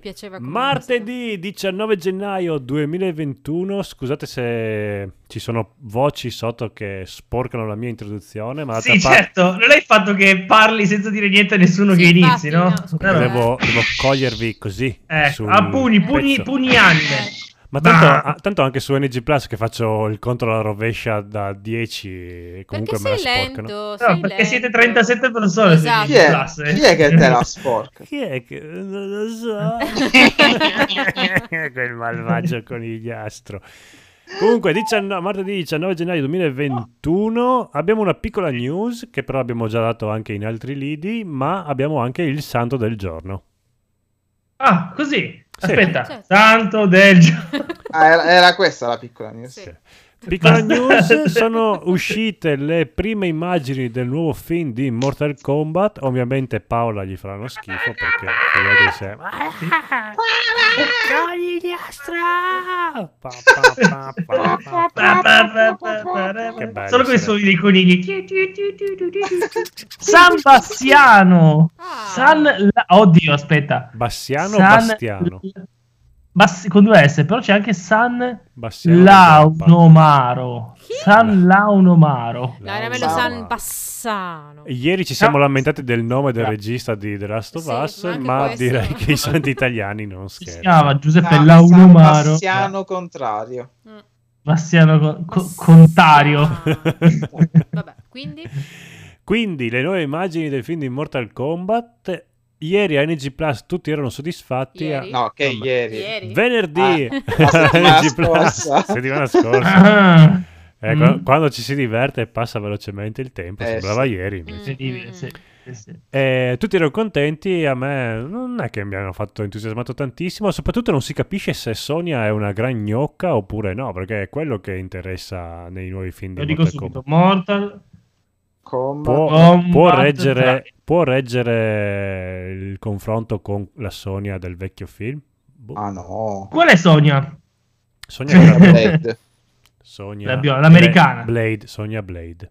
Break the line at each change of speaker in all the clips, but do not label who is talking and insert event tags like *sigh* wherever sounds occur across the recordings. piaceva come
Martedì 19 gennaio 2021, scusate se ci sono voci sotto che sporcano la mia introduzione, ma
Sì,
d'altra parte
certo, non è il fatto che parli senza dire niente a nessuno
Sì,
che
infatti,
inizi, no?
no, scusa.
No, no.
devo, devo cogliervi così.
*laughs* Ecco,
sul
a pugni, pugni,
pezzo.
pugni anne.
Eh,
Ma tanto,
Bah!
a- tanto anche su NG Plus che faccio il contro alla rovescia da 10, comunque
perché
me la
sei
sporcano.
lento,
No,
sei
perché
lento. *laughs*
siete 37 persone.
Esatto.
quindi,
Chi è,
classe.
chi è che *laughs* te la sporca?
Chi è che... Non lo so. *laughs*
*laughs*
Quel malvagio conigliastro. Comunque, 19 martedì 19 gennaio 2021 abbiamo una piccola news che però abbiamo già dato anche in altri lidi, ma abbiamo anche il santo del giorno.
*laughs* Ah, così.
Sì.
Aspetta,
Certo.
tanto del
*laughs*
gio-
Ah, era, era questa la piccola news.
Sì.
Piccola
Basta.
news, sono uscite le prime immagini del nuovo film di Mortal Kombat, ovviamente Paola gli farà uno schifo perché figurati di sé. Conigliastro! Pa, pa, pa, pa, pa.
Pa, pa, pa, pa, pa, pa,
Che bello
Solo con i
essere-
suoni
*laughs*
dei conigli. San Bassiano.
Ah.
San... La- Oddio, aspetta.
Bassiano o
San-
Bastiano?
Bassi- con due S, però c'è anche San
Bassiano Zappa.
Launomaro.
Chi?
San Launomaro.
No, era meglio
Laura.
San Bassano.
Ieri ci siamo
No.
lamentati del nome del
No.
regista di The Last of
Sì,
Us,
ma anche
ma
questo.
direi che i santi italiani non
Si
scherzano.
chiama Giuseppe
Ah, San
Launomaro.
Bassiano contrario.
Mm.
Bassiano Co- Co-
*laughs*
Contario.
Bassano. *laughs* Vabbè, quindi
*laughs* Quindi le nuove immagini del film di Mortal Kombat. Ieri a NG Plus tutti erano soddisfatti.
Ieri?
No, che
Vabbè.
ieri.
ieri.
Venerdì *laughs*
Ah, la settimana
NG Plus,
scorsa.
settimana scorsa.
*laughs* Ah,
Ecco,
Mm.
Quando ci si diverte passa velocemente il tempo.
Eh,
sembrava
sì.
ieri.
Mm.
invece.
incredibile, sì, sì, sì.
Eh, tutti erano contenti, a me non è che mi hanno fatto entusiasmato tantissimo, soprattutto non si capisce se Sonia è una gran gnocca oppure no, perché è quello che interessa nei nuovi film di
Lo dico
Mortal
subito.
Kombat.
Mortal
Combo.
Può,
Kombat
può reggere,
tre.
può reggere il confronto con la Sonia del vecchio film? Boh.
*laughs*
Ah no.
Qual è Sonia?
Sonia,
*laughs*
era-
Vabbè.
Red.
Sonia
La bio- l'americana.
Blade, Sonia Blade.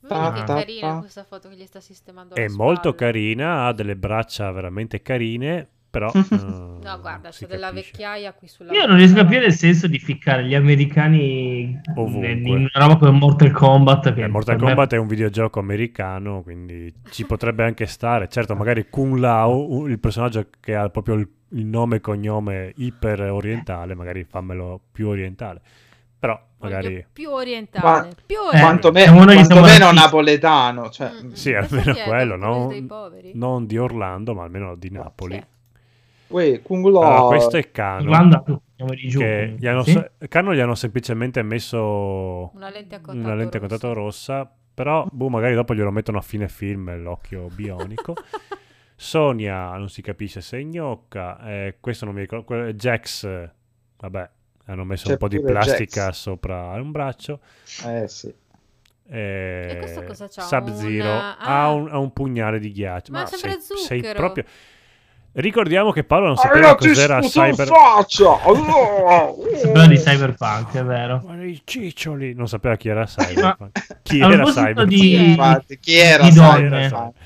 Guarda Mm, che
Ah.
carina questa foto che gli sta sistemando
È
alle
molto
spalle.
carina, ha delle braccia veramente carine,
*laughs*
però... eh, no,
No, guarda, c'è della vecchiaia qui sulla
Io non riesco a capire il senso di ficcare gli americani
Ovunque.
in in una roba come Mortal Kombat. Che
Eh, Mortal
per me-
Kombat è un videogioco americano, quindi ci potrebbe anche stare.
Ah.
Certo, magari Kung Lao, u- il personaggio che ha proprio il, il nome e cognome iper orientale, magari fammelo più orientale. Però
Voglio
magari
più orientale,
Ma-
più
Eh,
orientale.
Quanto, me-
siamo noi che
quantomeno
siamo
napoletano. Cioè,
Mm, mm.
Sì,
Questo
almeno
chi è?
quello,
Don Cruise
no?
dei poveri?
non di Orlando, ma almeno di Napoli.
Chi è?
uè, Kung Lao.
Allora, Ah, questo è Cano.
Guarda tu, andiamo di giù.
Che gli hanno,
Sì?
Cano gli hanno semplicemente messo
Una lente a contatto
una lente a contatto rossa, però boh, magari dopo glielo mettono a fine film l'occhio
*laughs*
bionico. Sonia non si capisce se è gnocca, eh, questo non mi ricordo, que- Jax, eh, vabbè, hanno messo
C'è
un po' di
pure Jax.
plastica sopra un braccio.
Eh sì.
eh,
E questo cosa c'ha?
Sub-Zero
Una-
ha,
ah.
un, ha un pugnale di ghiaccio.
Ma è sempre
sei, sei
zucchero.
proprio... Ricordiamo che Paolo non sapeva
Allora ti
cos'era
sputo in
Cyber... *laughs*
faccia. Allora.
Sembra di Cyberpunk, è vero.
Ma i ciccioli! Non sapeva chi era Cyberpunk. *laughs* chi
a
era
proposito
Cyberpunk?
di-
Infatti, chi era
Di
sai,
donne.
infatti?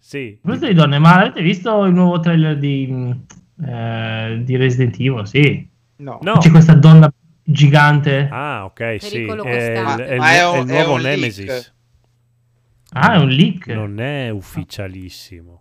Sì.
A proposito di donne, ma avete visto il nuovo trailer di, mh, eh, di Resident Evil? Sì.
No.
No.
C'è questa donna gigante. Ah,
Ah, ok, sì. È,
Pericolo
il-
costante.
è il,
Ma è un-
è il
è
nuovo
un leak.
Nemesis.
Ah, è un leak.
Non è ufficialissimo.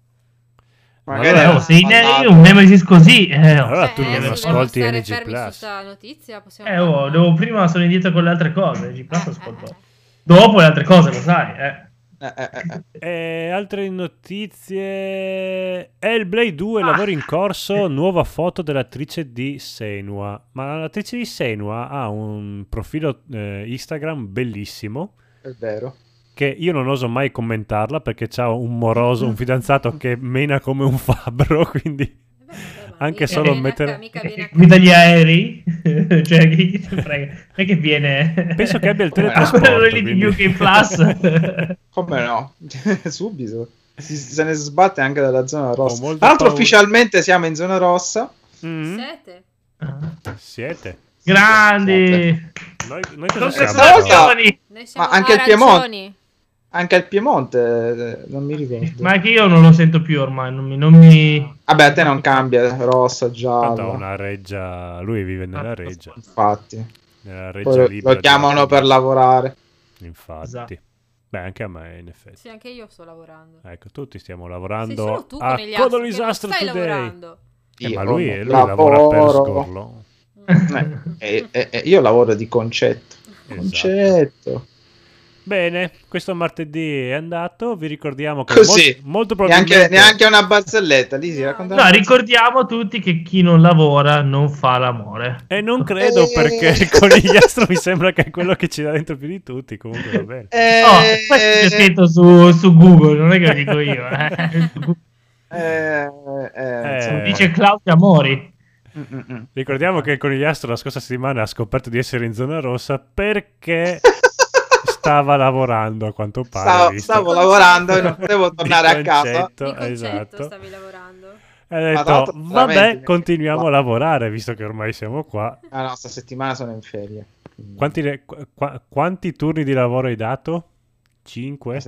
Magari
Allora,
Eh, oh,
era
se in
sballato.
un Nemesis così... Eh, oh.
Allora tu
eh,
non
se
ascolti
vogliamo
NG+.
stare fermi su sta notizia, possiamo
Eh, oh,
farlo.
devo prima sono indietro con le altre cose. G Plus ascolto.
Eh, eh,
Dopo le altre cose, lo sai. Eh.
Eh, eh, eh, eh.
E altre notizie. Hellblade 2,
Ah.
lavoro in corso, nuova foto dell'attrice di Senua. Ma l'attrice di Senua ha un profilo eh, Instagram bellissimo.
È vero.
che io non oso mai commentarla perché c'ha un moroso, un
*laughs*
fidanzato che mena come un fabbro, *laughs* quindi
eh. Vabbè, ma
Anche
mica
solo
viene a
mettere-
ca- mica
*laughs*
viene a ca-
Guida gli aerei. *laughs* cioè, chi chi te frega? Non è che viene...
penso
*laughs*
che abbia il
Come
teletrasporto.
Quello lì di
quindi-
UK Plus.
Come no? *laughs* Subito. Si- se ne sbatte anche dalla zona rossa.
molta
Tra l'altro,
paura.
ufficialmente siamo in zona rossa.
*laughs* Mm?
Sete?
*laughs* Siete.
Grandi.
Noi, noi
Sono
cosa
Questa
siamo?
volta-
sensazioni.
Noi siamo
anche il
arancioni.
Anche al Piemonte, eh, non mi ricordo.
Ma anche io non lo sento più ormai, non mi... Non mi...
Vabbè, a te non cambia, rossa,
Tanto ha
gialla.
una reggia, lui
Ah,
vive nella reggia,
Infatti,
nella
Poi
reggia
lo,
libera.
lo chiamano per lavorare.
Infatti.
Esatto.
Beh, anche a me in effetti.
Sì, anche io sto lavorando.
Ecco, tutti stiamo
Sei
lavorando
solo tu
a
con gli
Codolo
astri che non
Disastro
stai
Today.
lavorando.
Eh,
Io
ma lui, lui lavora
lavoro.
per sgorlo.
Eh, eh, eh, eh, io lavoro di concetto.
Esatto.
Concetto.
Bene, questo martedì è andato. Vi ricordiamo che
Così.
mol- molto probabilmente
Neanche, neanche una barzelletta, lì si
No,
racconta.
*laughs* No, ricordiamo a tutti che chi non lavora non fa l'amore.
E non credo
Eh.
perché il
*laughs*
conigliastro mi sembra che è quello che ci dà dentro più di tutti. Comunque va bene.
Eh,
No, Oh, questo c'è scritto su, su Google, non è che lo dico io. eh. Su Google.
eh, eh,
*laughs* Eh.
insomma.
Dice Claudia Mori.
Mm, mm,
*laughs*
mm.
Ricordiamo che il conigliastro la scorsa settimana ha scoperto di essere in zona rossa perché stava lavorando a quanto pare.
Stavo,
visto?
stavo lavorando e non
*laughs*
potevo tornare a
Di
casa.
concetto,
Di concetto
Esatto.
stavi lavorando.
E ha
Ma tra
detto,
l'altro,
vabbè,
veramente-
continuiamo a
Ma-
lavorare visto che ormai siamo qua.
Ah no, sta settimana sono in ferie. Quindi-
Quanti, ne- qu- qua- quanti turni di lavoro hai dato? 5? *laughs*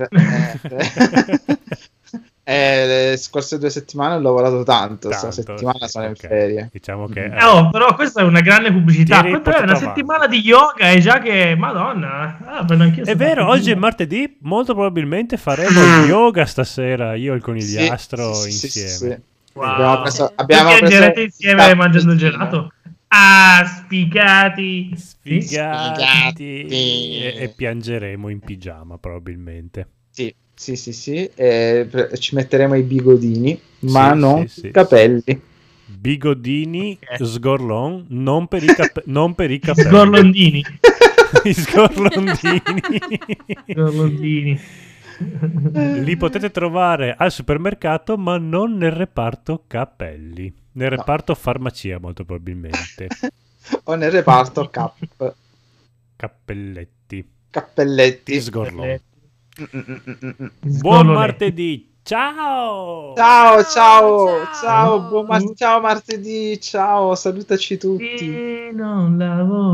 Eh, eh, eh, le scorse due settimane ho lavorato tanto, sta settimana sono in ferie.
Diciamo che...
Mm.
eh,
Oh, però questa è una grande pubblicità.
Ieri
Quanto è?
portato
Una
avanti.
settimana di yoga e già che... Madonna. Ah, prendo anch'io
È
sta
vero, oggi è
mattina.
martedì, molto probabilmente faremo yoga stasera, io e il conigliastro
Mm. Sì, sì, sì,
insieme.
sì, sì.
Wow.
Abbiamo preso,
Perché
abbiamo
Perché
preso-
girate insieme
da-
mangiando il gelato? Ah, sfigati.
Sfigati!
Sfigati.
E, e piangeremo in pigiama probabilmente.
Sì, sì, sì, sì, eh, pre- ci metteremo i bigodini, ma
Sì,
non
sì, sì,
i capelli.
Bigodini,
Ok.
sgorlon, non per i, cap- non per i capelli.
Sgorlondini.
*laughs* I sgorlondini. *laughs*
Sgorlondini.
*laughs* Li potete trovare al supermercato, ma non nel reparto capelli. Nel
No.
reparto farmacia, molto probabilmente.
*laughs* o nel reparto cap-
Cappelletti. Ti
cappelletti.
sgorlon.
Mm, mm, mm, mm, mm.
Buon
Sgorlone.
martedì. Ciao.
Ciao,
Ciao, ciao,
ciao.
ciao, buon mar- ciao martedì, ciao, salutaci tutti.
Chi non lavora
Oh,